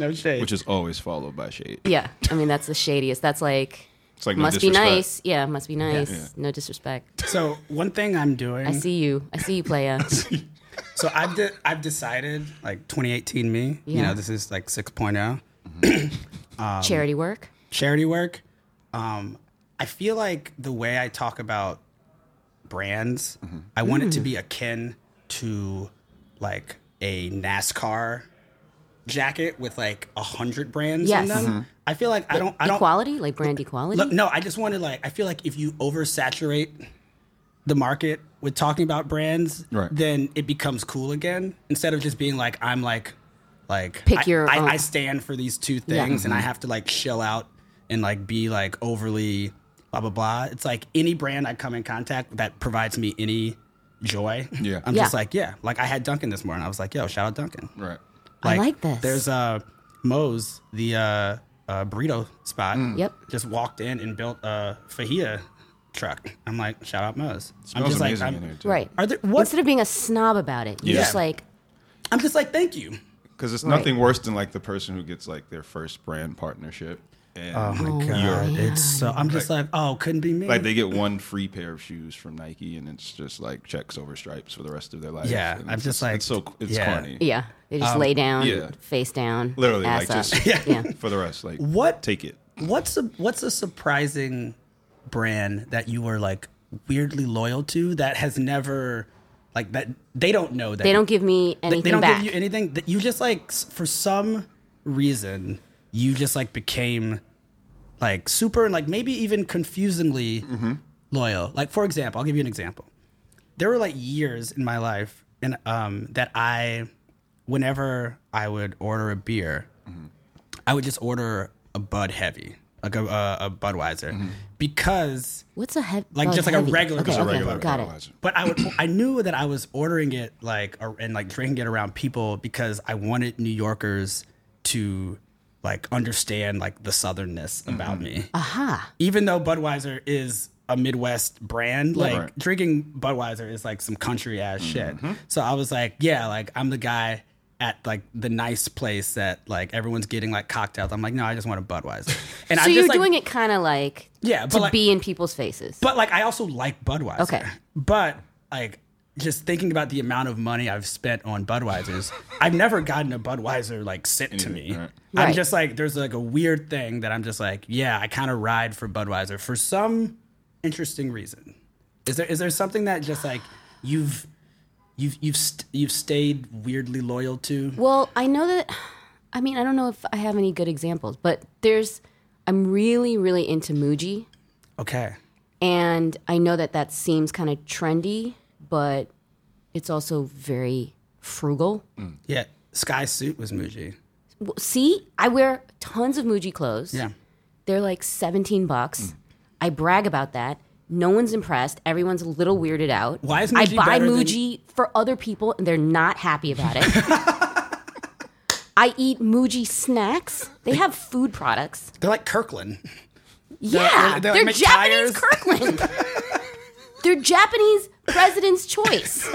Speaker 1: no shade.
Speaker 2: Which is always followed by shade.
Speaker 3: Yeah, I mean that's the shadiest. That's like
Speaker 2: It's like no
Speaker 3: must be
Speaker 2: disrespect.
Speaker 3: nice. Yeah, must be nice.
Speaker 2: Yeah.
Speaker 3: No disrespect.
Speaker 1: so one thing I'm doing.
Speaker 3: I see you. I see you, playa.
Speaker 1: So I've de- I've decided like 2018 me. You
Speaker 3: Yeah.
Speaker 1: know this is like 6.0. Um,
Speaker 3: Charity work.
Speaker 1: charity work. Um, I feel like the way I talk about brands, I want
Speaker 3: Mm.
Speaker 1: it to be akin to like a NASCAR jacket with like a hundred brands on
Speaker 3: Yes.
Speaker 1: them. I feel like I don't. I don't.
Speaker 3: Equality, like brand equality.
Speaker 1: Look, no, I just want to like. I feel like if you oversaturate the market with talking about brands,
Speaker 2: Right.
Speaker 1: then it becomes cool again. Instead of just being like, I'm like, like,
Speaker 3: Pick
Speaker 1: I,
Speaker 3: your
Speaker 1: I,
Speaker 3: own.
Speaker 1: I stand for these two things,
Speaker 2: Mm-hmm.
Speaker 1: and I have to like shell out and like be like overly blah blah blah. It's like any brand I come in contact that provides me any joy.
Speaker 2: Yeah.
Speaker 1: I'm just
Speaker 3: Yeah.
Speaker 1: like, yeah. Like I had Duncan this morning. I was like, yo, shout out Duncan.
Speaker 2: Right.
Speaker 3: I like this.
Speaker 1: There's uh Moe's, the uh, uh burrito spot.
Speaker 3: Mm. Yep.
Speaker 1: Just walked in and built a fajita truck. I'm like, shout out Moe's. I'm
Speaker 2: Smells
Speaker 1: just like
Speaker 2: amazing in
Speaker 1: I'm,
Speaker 2: there too.
Speaker 3: Right.
Speaker 1: Are there- what-
Speaker 3: Instead of being a snob about it, you're
Speaker 2: Yeah.
Speaker 3: just like,
Speaker 1: I'm just like, thank you.
Speaker 2: Because it's nothing worse than like the person who gets like their first brand partnership. And
Speaker 3: Oh,
Speaker 1: Uh-huh. God, it's so I'm just like, oh, couldn't be me.
Speaker 2: like they get one free pair of shoes from Nike, and it's just like checks over stripes for the rest of their life.
Speaker 1: Yeah,
Speaker 2: And
Speaker 1: I'm
Speaker 2: it's
Speaker 1: just like,
Speaker 2: it's so it's
Speaker 1: yeah.
Speaker 2: corny.
Speaker 3: yeah. They just lay down,
Speaker 2: Um, yeah.
Speaker 3: face down,
Speaker 2: Literally,
Speaker 3: ass
Speaker 2: like
Speaker 3: up.
Speaker 2: just
Speaker 3: yeah.
Speaker 2: for the rest, like
Speaker 1: What-
Speaker 2: Take it.
Speaker 1: what's a what's a surprising brand that you were like weirdly loyal to that has never like that they don't know that
Speaker 3: They don't give me anything
Speaker 1: they don't
Speaker 3: back.
Speaker 1: give you anything that you just like s- for some reason you just like became like super and like maybe even confusingly loyal like for example i'll give you an example there were like years in my life and um that i whenever i would order a beer i would just order a bud heavy like a, a, a budweiser because
Speaker 3: What's a heavy?
Speaker 1: Like, just like a regular-
Speaker 3: Okay,
Speaker 1: just a
Speaker 3: okay,
Speaker 2: Regular
Speaker 3: got it.
Speaker 2: Budweiser.
Speaker 1: but I would I knew that I was ordering it like ar- and like drinking it around people because I wanted New Yorkers to like understand like the southernness about me.
Speaker 3: Aha.
Speaker 1: Even though Budweiser is a Midwest brand, like
Speaker 2: Right.
Speaker 1: drinking Budweiser is like some country ass shit. So I was like, yeah, like I'm the guy at like the nice place that like everyone's getting like cocktails. I'm like, no, I just want a Budweiser. And
Speaker 3: So
Speaker 1: I'm
Speaker 3: you're
Speaker 1: just, like,
Speaker 3: doing it kind of like
Speaker 1: Yeah,
Speaker 3: to
Speaker 1: but like-
Speaker 3: be in people's faces.
Speaker 1: But like, I also like Budweiser.
Speaker 3: Okay.
Speaker 1: But like, just thinking about the amount of money I've spent on Budweisers, I've never gotten a Budweiser like sent to me.
Speaker 2: right.
Speaker 1: I'm
Speaker 3: Right.
Speaker 1: just like, there's like a weird thing that I'm just like, yeah, I kind of ride for Budweiser for some interesting reason. Is there is there something that just like you've you've you've st- you've stayed weirdly loyal to?
Speaker 3: well, I know that. I mean, I don't know if I have any good examples, but there's I'm really, really into Muji.
Speaker 1: Okay.
Speaker 3: And I know that that seems kind of trendy, but it's also very frugal.
Speaker 2: Mm.
Speaker 1: Yeah. Sky suit was Muji.
Speaker 3: W- See, I wear tons of Muji clothes.
Speaker 1: Yeah.
Speaker 3: They're like 17 bucks. I brag about that. No one's impressed. Everyone's a little weirded out.
Speaker 1: Why is Muji
Speaker 3: I buy
Speaker 1: better than-
Speaker 3: Muji for other people and they're not happy about it. I eat Muji snacks. They have food products.
Speaker 1: They're like Kirkland.
Speaker 3: Yeah,
Speaker 1: they're-
Speaker 3: they're,
Speaker 1: they make
Speaker 3: Japanese
Speaker 1: tires.
Speaker 3: Kirkland. they're Japanese President's Choice.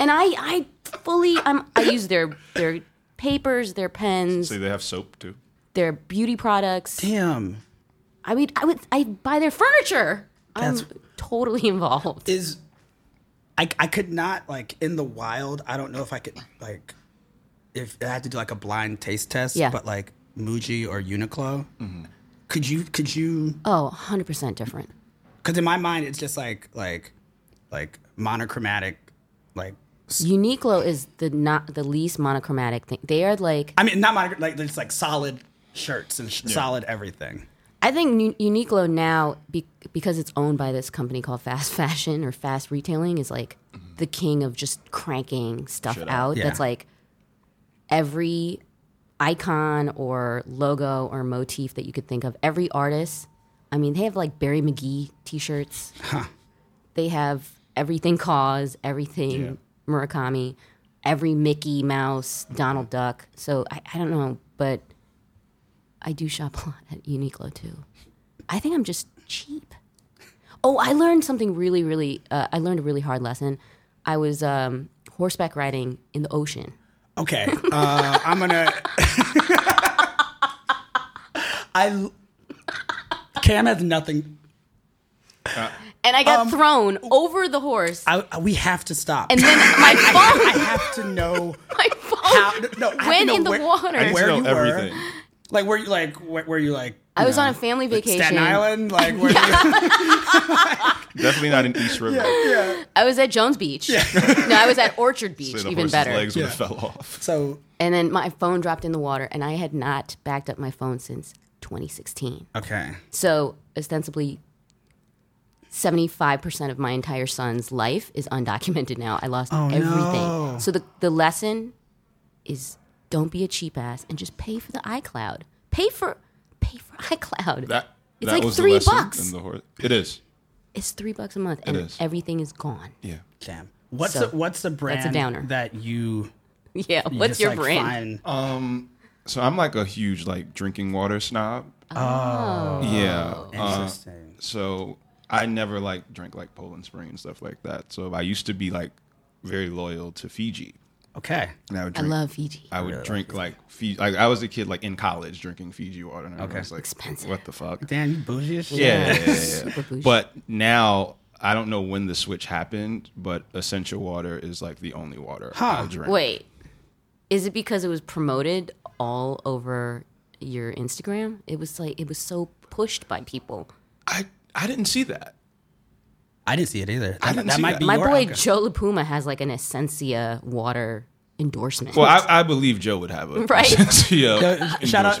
Speaker 3: and I, I fully, I'm, I use their their papers, their pens,
Speaker 2: So they have soap too.
Speaker 3: their beauty products.
Speaker 1: Damn.
Speaker 3: I mean, I would, I buy their furniture. I'm
Speaker 1: That's-
Speaker 3: totally involved.
Speaker 1: Is I I could not like in the wild, I don't know if I could like if I had to do like a blind taste test,
Speaker 3: Yeah.
Speaker 1: but like Muji or Uniqlo. Could you could you
Speaker 3: Oh, 100% different.
Speaker 1: Because in my mind, it's just like like like monochromatic. Like
Speaker 3: Uniqlo is the not the least monochromatic thing. They are like
Speaker 1: I mean, not monochromatic. Like there's like solid shirts and sh- solid everything.
Speaker 3: I think Nu- Uniqlo now, be, because it's owned by this company called Fast Fashion or Fast Retailing, is like the king of just cranking stuff
Speaker 2: Shit out.
Speaker 3: out.
Speaker 1: Yeah.
Speaker 3: That's like every icon or logo or motif that you could think of. Every artist. I mean, they have like Barry McGee T-shirts. They have everything Cause, everything Murakami, every Mickey Mouse, Donald Duck. So I, I don't know, but I do shop a lot at Uniqlo too. I think I'm just cheap. Oh, I learned something really, really. Uh, I learned a really hard lesson. I was um, horseback riding in the ocean.
Speaker 1: Okay, uh, I'm gonna. I Cam has nothing.
Speaker 3: and I got thrown over the horse,
Speaker 1: Um, I, I- we have to stop.
Speaker 3: and then my
Speaker 1: I
Speaker 3: phone,
Speaker 1: have to know
Speaker 3: my phone
Speaker 1: how. No, I have to
Speaker 3: went
Speaker 1: know
Speaker 3: in the
Speaker 1: where-
Speaker 3: water.
Speaker 2: I need
Speaker 1: Where
Speaker 2: to know
Speaker 1: you were.
Speaker 2: everything.
Speaker 1: Like where you like where, where you like.
Speaker 3: I
Speaker 1: you
Speaker 3: was
Speaker 1: know,
Speaker 3: on a family vacation.
Speaker 1: Staten Island. Like where you,
Speaker 2: Definitely not in East River.
Speaker 3: I was at Jones Beach. no, I was at Orchard Beach.
Speaker 2: So the
Speaker 3: even
Speaker 2: horse's
Speaker 3: better.
Speaker 2: legs would have
Speaker 1: Yeah.
Speaker 2: fell off.
Speaker 1: so
Speaker 3: And then my phone dropped in the water, and I had not backed up my phone since 2016.
Speaker 1: okay.
Speaker 3: So ostensibly, 75% of my entire son's life is undocumented now. I lost everything.
Speaker 1: Oh, no.
Speaker 3: So the, the lesson is don't be a cheap ass and just pay for the iCloud. Pay for pay for iCloud.
Speaker 2: That
Speaker 3: it's
Speaker 2: that
Speaker 3: like
Speaker 2: was the
Speaker 3: three
Speaker 2: lesson
Speaker 3: bucks.
Speaker 2: in the horse. It is.
Speaker 3: it's three bucks a month and
Speaker 2: is.
Speaker 3: everything is gone.
Speaker 2: Yeah.
Speaker 1: Damn. What's
Speaker 3: So,
Speaker 1: the, what's the brand
Speaker 3: downer.
Speaker 1: that you?
Speaker 3: Yeah.
Speaker 1: you
Speaker 3: What's
Speaker 1: just,
Speaker 3: your
Speaker 1: like, find-
Speaker 3: brand?
Speaker 2: Um, So I'm like a huge like drinking water snob.
Speaker 3: Oh.
Speaker 2: Yeah. Uh,
Speaker 1: Interesting.
Speaker 2: so I never like drank like Poland Spring and stuff like that. So I used to be like very loyal to Fiji.
Speaker 1: okay.
Speaker 2: And I would
Speaker 3: I
Speaker 2: drink
Speaker 1: E
Speaker 3: love Fiji.
Speaker 2: I would drink like Fiji. Like I was a kid like in college drinking Fiji water, and I
Speaker 1: Okay.
Speaker 2: was like,
Speaker 3: Expensive.
Speaker 2: "What the fuck?"
Speaker 1: Damn, you bougie as shit.
Speaker 2: Yeah, yeah, yeah, yeah.
Speaker 3: Super bougie.
Speaker 2: But now I don't know when the switch happened, but essential water is like the only water I'll drink.
Speaker 3: Wait, is it because it was promoted all over your Instagram? It was like it was so pushed by people.
Speaker 2: I I didn't see that.
Speaker 1: I didn't see it either. That,
Speaker 2: I didn't
Speaker 1: that
Speaker 2: see
Speaker 1: might
Speaker 2: that.
Speaker 1: be
Speaker 3: My
Speaker 1: your
Speaker 3: boy
Speaker 1: alcohol.
Speaker 3: Joe LaPuma has like an Essencia water endorsement.
Speaker 2: Well, I, I believe Joe would have a
Speaker 3: Right.
Speaker 2: yeah.
Speaker 1: Yo, shout out,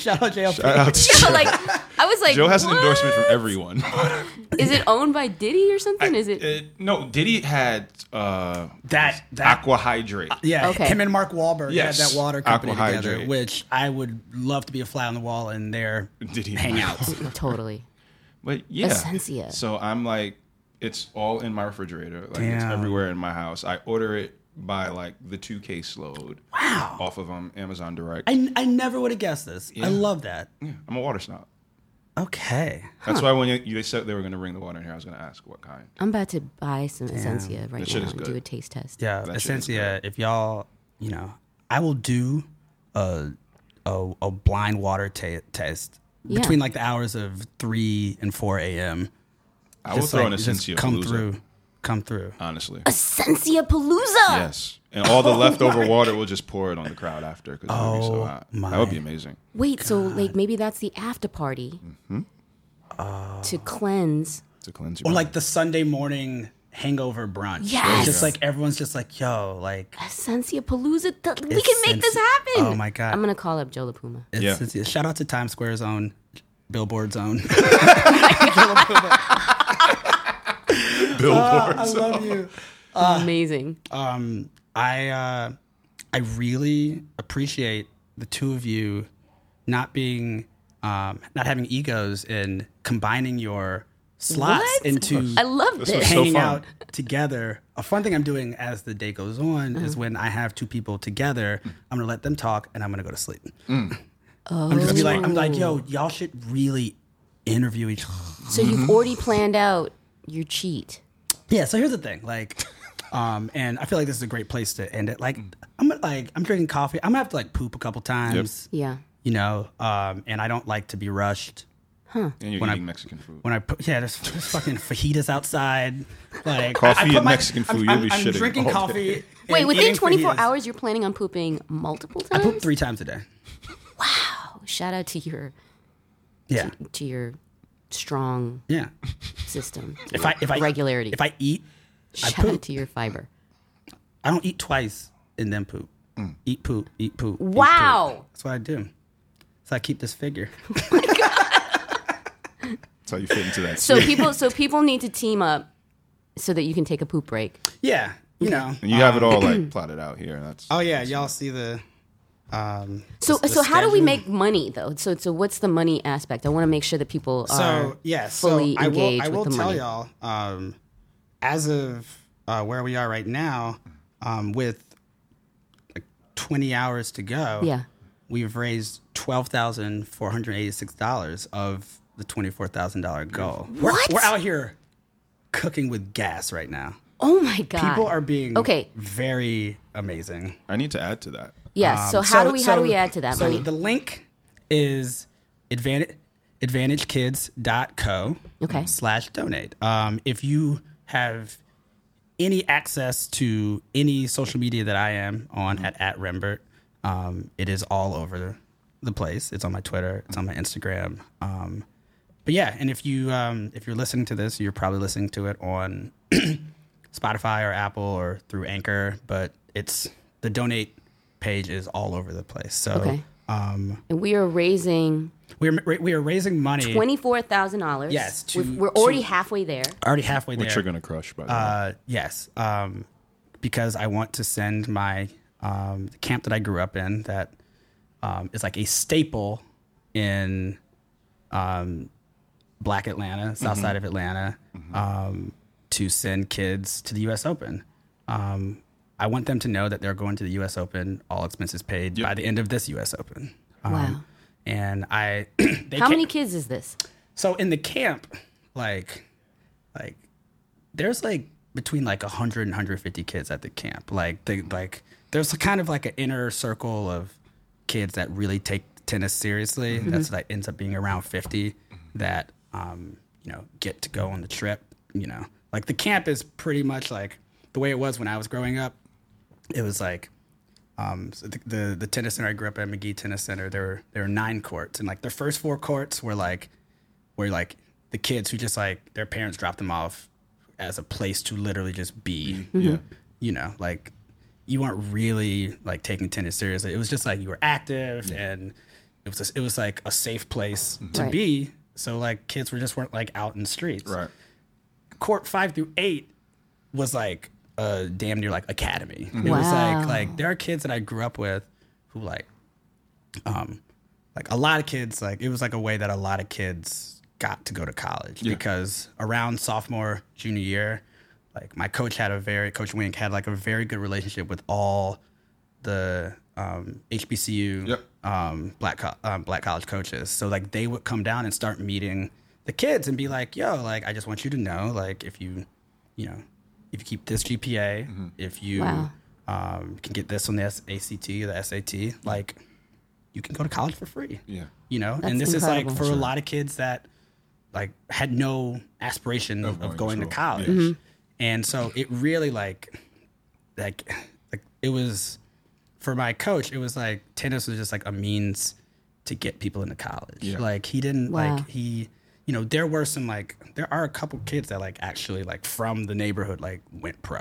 Speaker 1: shout out, JLP.
Speaker 2: Shout out to-
Speaker 3: Yeah, like I was like,
Speaker 2: Joe has an
Speaker 3: "What?
Speaker 2: endorsement from everyone.
Speaker 3: Is it owned by Diddy or something? Is it?
Speaker 2: Uh, no, Diddy had uh,
Speaker 1: That that Uh,
Speaker 2: Aqua Hydrate.
Speaker 1: yeah.
Speaker 3: Okay.
Speaker 1: Him and Mark Wahlberg
Speaker 2: Yes.
Speaker 1: had that water company
Speaker 2: Aqua
Speaker 1: together,
Speaker 2: Hydrate.
Speaker 1: which I would love to be a fly on the wall in their
Speaker 2: Diddy
Speaker 1: hangouts.
Speaker 3: totally.
Speaker 2: But yeah,
Speaker 3: Essentia.
Speaker 2: So I'm like, it's all in my refrigerator. Like it's
Speaker 1: Damn.
Speaker 2: everywhere in my house. I order it by like the two case load. Wow. Off of um, Amazon Direct. I,
Speaker 1: I, I never would have guessed this. I love that.
Speaker 2: am a water snob.
Speaker 1: Okay.
Speaker 2: That's why when you, you said they were going to bring the water in here, I was going to ask what kind.
Speaker 3: I'm about to buy some Essencia right
Speaker 2: That shit
Speaker 3: now
Speaker 2: is
Speaker 3: and
Speaker 2: good.
Speaker 3: do a taste test.
Speaker 1: Yeah,
Speaker 2: shit is
Speaker 1: Essentia, if y'all, you know, I will do a a, a blind water ta test
Speaker 3: Yeah.
Speaker 1: between like the hours of 3 and 4 a.m.
Speaker 2: I will
Speaker 1: Just,
Speaker 2: throw
Speaker 1: like,
Speaker 2: in an
Speaker 1: just
Speaker 2: Essentia
Speaker 1: Come
Speaker 2: Palooza,
Speaker 1: through. Come through.
Speaker 2: Honestly.
Speaker 3: Essencia Palooza.
Speaker 2: Yes. And all the leftover water, we'll just pour it on the crowd after because it'll be so
Speaker 1: Oh,
Speaker 2: hot. That would be
Speaker 1: my.
Speaker 2: amazing.
Speaker 3: Wait, so like maybe that's the after party to cleanse
Speaker 1: Mm-hmm.
Speaker 2: To cleanse
Speaker 1: Or
Speaker 2: your body.
Speaker 1: like the Sunday morning hangover brunch.
Speaker 3: Yes.
Speaker 1: It's just like everyone's just like, yo, like
Speaker 3: Essencia Palooza. th- we
Speaker 1: It's
Speaker 3: can make this
Speaker 1: sensi-
Speaker 3: happen.
Speaker 1: Oh my God.
Speaker 3: I'm gonna call up Joe LaPuma.
Speaker 1: it's,
Speaker 2: Yeah.
Speaker 1: it's- yeah, shout out to Times Square Zone, Billboard Zone. Uh, I
Speaker 2: Billboards.
Speaker 1: love you. Ah.
Speaker 3: Amazing.
Speaker 2: Ah.
Speaker 1: Um, I uh, I really appreciate the two of you not being um, not having egos and combining your slots
Speaker 3: What?
Speaker 1: into
Speaker 3: I love this.
Speaker 2: This was so
Speaker 1: hanging
Speaker 2: fun.
Speaker 1: out together. A fun thing I'm doing as the day goes on is
Speaker 3: Mm-hmm.
Speaker 1: when I have two people together, I'm gonna let them talk and I'm gonna go to sleep.
Speaker 2: Mm.
Speaker 1: I'm just be like, I'm like, yo,
Speaker 3: Oh.
Speaker 1: y'all should really interview each.
Speaker 3: So you've already planned out your cheat.
Speaker 1: Yeah. So here's the thing, like, um, and I feel like this is a great place to end it. Like,
Speaker 2: Mm.
Speaker 1: I'm gonna, like, I'm drinking coffee. I'm gonna have to like poop a couple times,
Speaker 3: Yeah.
Speaker 1: you know, um, and I don't like to be rushed.
Speaker 2: and you're
Speaker 1: When I-
Speaker 2: eating Mexican food.
Speaker 1: When I put, yeah, there's, there's fucking fajitas outside. Like
Speaker 2: Coffee
Speaker 1: I, I put
Speaker 2: and Mexican food,
Speaker 1: I'm,
Speaker 2: you'll be
Speaker 1: I'm, I'm
Speaker 2: shitting
Speaker 1: drinking
Speaker 2: all
Speaker 1: coffee. and
Speaker 3: Wait, within
Speaker 1: eating
Speaker 3: 24
Speaker 1: fajitas.
Speaker 3: hours, you're planning on pooping multiple
Speaker 1: I
Speaker 3: times.
Speaker 1: poop three times a day.
Speaker 3: Shout out to your
Speaker 1: Yeah,
Speaker 3: to your strong
Speaker 1: yeah.
Speaker 3: system.
Speaker 1: If I if I
Speaker 3: Regularity.
Speaker 1: if I eat,
Speaker 3: Shout out to your fiber.
Speaker 1: I don't eat twice and then poop.
Speaker 2: Mm.
Speaker 1: Eat poop, eat poop. eat
Speaker 3: Wow.
Speaker 1: poop. that's what I do. So I keep this figure.
Speaker 2: That's how you fit into that.
Speaker 3: So people so people need to team up so that you can take a poop break.
Speaker 1: Yeah, you know.
Speaker 2: and you have it all like plotted out here. and That's
Speaker 1: Oh yeah, y'all see the. Um,
Speaker 3: So
Speaker 1: the- the
Speaker 3: so how do we
Speaker 1: schedule?
Speaker 3: make money though? So so what's the money aspect? I want to make sure that people are
Speaker 1: so yeah,
Speaker 3: fully
Speaker 1: so I will.
Speaker 3: engaged
Speaker 1: I will
Speaker 3: with the
Speaker 1: tell
Speaker 3: money.
Speaker 1: y'all. Um, as of uh, where we are right now, um, with like 20 hours to go,
Speaker 3: Yeah.
Speaker 1: we've raised twelve thousand four hundred eighty-six dollars of the twenty-four thousand dollar goal. We're,
Speaker 3: What?
Speaker 1: we're out here cooking with gas right now.
Speaker 3: Oh my god.
Speaker 1: People are being
Speaker 3: Okay.
Speaker 1: very amazing.
Speaker 2: I need to add to that.
Speaker 3: Yes. so how do we how do we add to that
Speaker 1: um, so
Speaker 3: money?
Speaker 1: The link is advantage advantagekids.co
Speaker 3: Okay.
Speaker 1: slash donate. Um, if you have any access to any social media that I am on at, at Rembert, um, it is all over the, the place. It's on my Twitter, it's on my Instagram. Um, but yeah, and if you um, if you're listening to this, you're probably listening to it on Spotify or Apple or through Anchor, but it's the donate page is all over the place. So
Speaker 3: Okay.
Speaker 1: um,
Speaker 3: and we are raising
Speaker 1: we're we are raising money.
Speaker 3: twenty four thousand dollars.
Speaker 1: Yes, to-
Speaker 3: we're, we're
Speaker 1: to-
Speaker 3: already halfway there.
Speaker 1: already halfway there.
Speaker 2: Which you're gonna crush, by the way.
Speaker 1: Uh, yes, um, because I want to send my um, the camp that I grew up in that um, is like a staple in um, Black Atlanta, South Side of Atlanta, um, to send kids to the U.S. Open. Um, I want them to know that they're going to the U.S. Open, all expenses paid, by the end of this U.S. Open. Um,
Speaker 3: Wow.
Speaker 1: And I, they
Speaker 3: How
Speaker 1: can't-
Speaker 3: many kids is this?
Speaker 1: so in the camp, like, like there's like between like 100 and 150 kids at the camp. Like, they like there's kind of like an inner circle of kids that really take tennis seriously. That's like ends up being around 50 that um, you know get to go on the trip. You know, like the camp is pretty much like the way it was when I was growing up. It was like um, so the, the the tennis center I grew up at, McGee Tennis Center, there were there were nine courts, and like the first four courts were like were like the kids who just like their parents dropped them off as a place to literally just be. Mm-hmm.
Speaker 2: yeah.
Speaker 1: You know, like you weren't really like taking tennis seriously. It was just like you were active, and it was just, it was like a safe place to
Speaker 3: Right.
Speaker 1: be. So like kids were just weren't like out in the streets
Speaker 2: Right.
Speaker 1: court five through eight was like a damn near like academy. It was
Speaker 3: Wow.
Speaker 1: like like there are kids that I grew up with who like um like a lot of kids like it was like a way that a lot of kids got to go to college because around sophomore junior year like my coach had a very coach wink had like a very good relationship with all the um, hbcu
Speaker 2: Yep.
Speaker 1: um, black co- um, black college coaches. So like they would come down and start meeting the kids and be like, "Yo, like I just want you to know, like if you, you know, if you keep this GPA, if you
Speaker 3: Wow.
Speaker 1: um, can get this on the S- ACT or the SAT, like you can go to college for free."
Speaker 2: Yeah.
Speaker 1: You know,
Speaker 3: That's
Speaker 1: and this is
Speaker 3: incredible.
Speaker 1: like for a lot of kids that like had no aspiration of,
Speaker 2: going to
Speaker 1: going to
Speaker 2: school.
Speaker 1: college,
Speaker 2: Yeah.
Speaker 3: Mm-hmm.
Speaker 1: and so it really like like like it was for my coach, it was like tennis was just like a means to get people into college.
Speaker 2: Yeah.
Speaker 1: Like he didn't
Speaker 3: Wow.
Speaker 1: like he you know, there were some like there are a couple kids that like actually like from the neighborhood like went pro.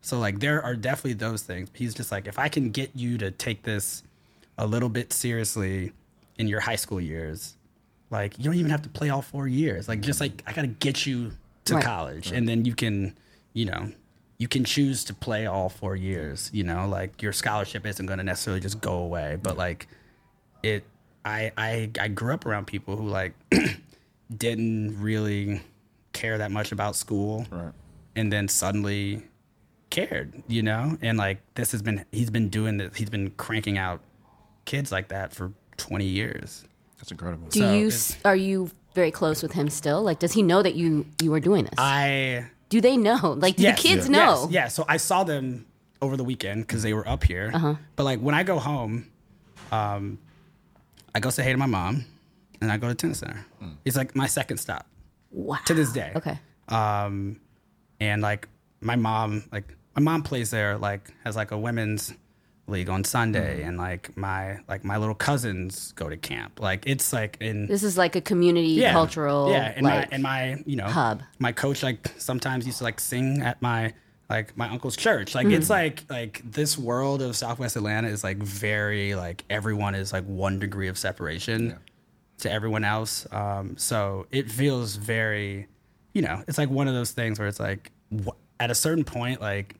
Speaker 1: So like there are definitely those things. He's just like if I can get you to take this a little bit seriously in your high school years, like you don't even have to play all four years. Like just like I gotta get you to
Speaker 3: Right.
Speaker 1: college, and then you can, you know, you can choose to play all four years. You know, like your scholarship isn't gonna necessarily just go away, but like it. I I I grew up around people who like didn't really care that much about school,
Speaker 2: Right.
Speaker 1: and then suddenly cared, you know? And like this has been he's been doing this he's been cranking out kids like that for 20 years.
Speaker 2: That's incredible.
Speaker 3: Do
Speaker 1: So
Speaker 3: you
Speaker 1: it's-
Speaker 3: s are you very close with him still? Like, does he know that you you were doing this?
Speaker 1: I
Speaker 3: do they know? Like, do
Speaker 1: yes,
Speaker 3: the kids
Speaker 1: yes,
Speaker 3: know?
Speaker 1: Yeah, so I saw them over the weekend cuz they were up here.
Speaker 3: Uh-huh.
Speaker 1: But like when I go home, um I go say hey to my mom and I go to tennis center. It's like my second stop
Speaker 3: Wow.
Speaker 1: to this day.
Speaker 3: Okay.
Speaker 1: and like my mom like my mom plays there like has like a women's league on sunday and like my like my little cousins go to camp like it's like in
Speaker 3: This is like a community
Speaker 1: yeah,
Speaker 3: cultural.
Speaker 1: yeah and my
Speaker 3: like,
Speaker 1: and my you know
Speaker 3: hub.
Speaker 1: my coach like sometimes used to like sing at my like my uncle's church like
Speaker 3: Mm-hmm.
Speaker 1: it's like like this world of southwest atlanta is like very like everyone is like one degree of separation to everyone else um so it feels very you know it's like one of those things where it's like wh- at a certain point like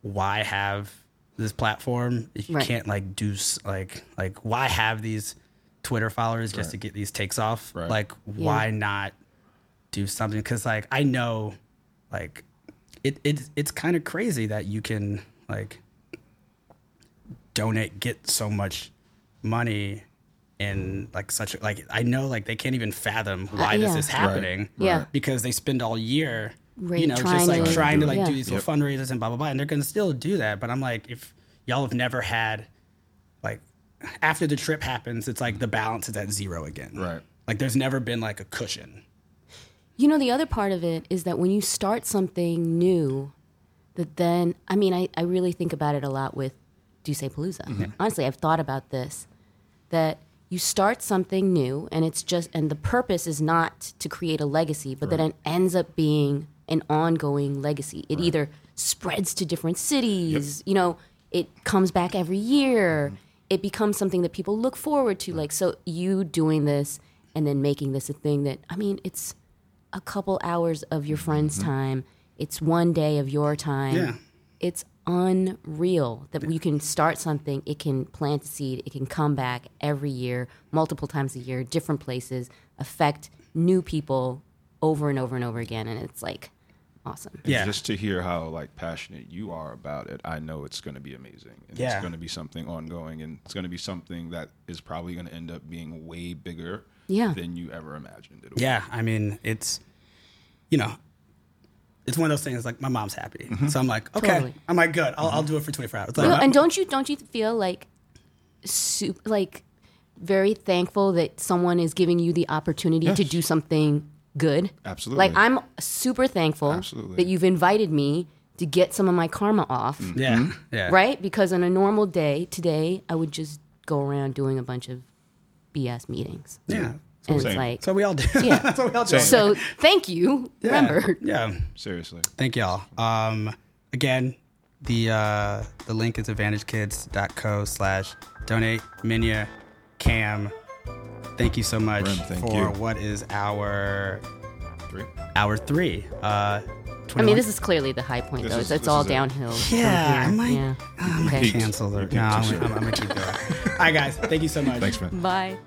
Speaker 1: why have this platform if you
Speaker 3: Right.
Speaker 1: can't like do s- like like why have these twitter followers just to get these takes off
Speaker 2: Right.
Speaker 1: like why not do something because like i know like it, it it's kind of crazy that you can like donate get so much money in like such a, like i know like they can't even fathom why
Speaker 3: yeah.
Speaker 1: this is happening
Speaker 3: Yeah. Right.
Speaker 1: because they spend all year
Speaker 3: Right,
Speaker 1: you know
Speaker 3: trying
Speaker 1: just like
Speaker 3: to-
Speaker 1: trying to like
Speaker 3: Yeah.
Speaker 1: do these little fundraisers and blah blah blah and they're gonna still do that but i'm like if y'all have never had like after the trip happens it's like the balance is at zero again
Speaker 2: Right.
Speaker 1: like there's never been like a cushion
Speaker 3: You know, the other part of it is that when you start something new, that then, I mean, I, I really think about it a lot with Duce Palooza.
Speaker 1: Mm-hmm.
Speaker 3: Honestly, I've thought about this that you start something new and it's just, and the purpose is not to create a legacy, but that it ends up being an ongoing legacy. It either spreads to different cities, you know, it comes back every year. It becomes something that people look forward to. Like, so you doing this and then making this a thing that, I mean, it's, a couple hours of your friend's time. It's one day of your time.
Speaker 1: Yeah.
Speaker 3: It's unreal that you can start something, it can plant a seed, it can come back every year, multiple times a year, different places, affect new people over and over and over again. And it's like awesome.
Speaker 2: And
Speaker 1: Yeah.
Speaker 2: Just to hear how like passionate you are about it, I know it's going to be amazing. And
Speaker 1: Yeah.
Speaker 2: It's going to be something ongoing, and it's going to be something that is probably going to end up being way bigger
Speaker 3: Yeah.
Speaker 2: than you ever imagined it. would.
Speaker 1: Yeah, I mean, it's you know, it's one of those things. Like my mom's happy,
Speaker 2: Mm-hmm.
Speaker 1: so I'm like, okay,
Speaker 3: Totally.
Speaker 1: I'm like, good. I'll, I'll do it for 24 hours. Like,
Speaker 3: No,
Speaker 1: my-
Speaker 3: and don't you don't you feel like soup like very thankful that someone is giving you the opportunity to do something good?
Speaker 2: Absolutely.
Speaker 3: Like I'm super thankful
Speaker 2: Absolutely. Mm.
Speaker 3: that you've invited me to get some of my karma off,
Speaker 1: yeah,
Speaker 2: Mm-hmm.
Speaker 1: yeah,
Speaker 3: right? Because on a normal day today, I would just go around doing a bunch of BS meetings.
Speaker 1: yeah.
Speaker 3: And it's
Speaker 2: Same.
Speaker 3: like
Speaker 1: So we all do.
Speaker 3: Yeah.
Speaker 1: That's what we all do.
Speaker 3: so thank you.
Speaker 1: Yeah,
Speaker 3: Remember.
Speaker 1: yeah.
Speaker 2: Seriously.
Speaker 1: Thank y'all. Um, again, the uh, the link is advantagekids.co slash donate minya cam. Thank you so much
Speaker 2: Ren, thank
Speaker 1: for
Speaker 2: you.
Speaker 1: what is our
Speaker 2: Three.
Speaker 1: hour three. Uh,
Speaker 3: I mean, this is clearly the high point,
Speaker 2: This
Speaker 3: though.
Speaker 2: is-
Speaker 3: It's, it's
Speaker 2: this
Speaker 3: all
Speaker 2: is it.
Speaker 3: downhill.
Speaker 1: Yeah, I
Speaker 3: from
Speaker 1: might-
Speaker 3: here. yeah. Okay.
Speaker 2: peaked.
Speaker 1: cancel the.
Speaker 2: You
Speaker 1: No, I'm,
Speaker 2: peaked
Speaker 1: I'm, I'm gonna keep going. All right, guys. Thank you so much.
Speaker 2: Thanks, man.
Speaker 3: Bye.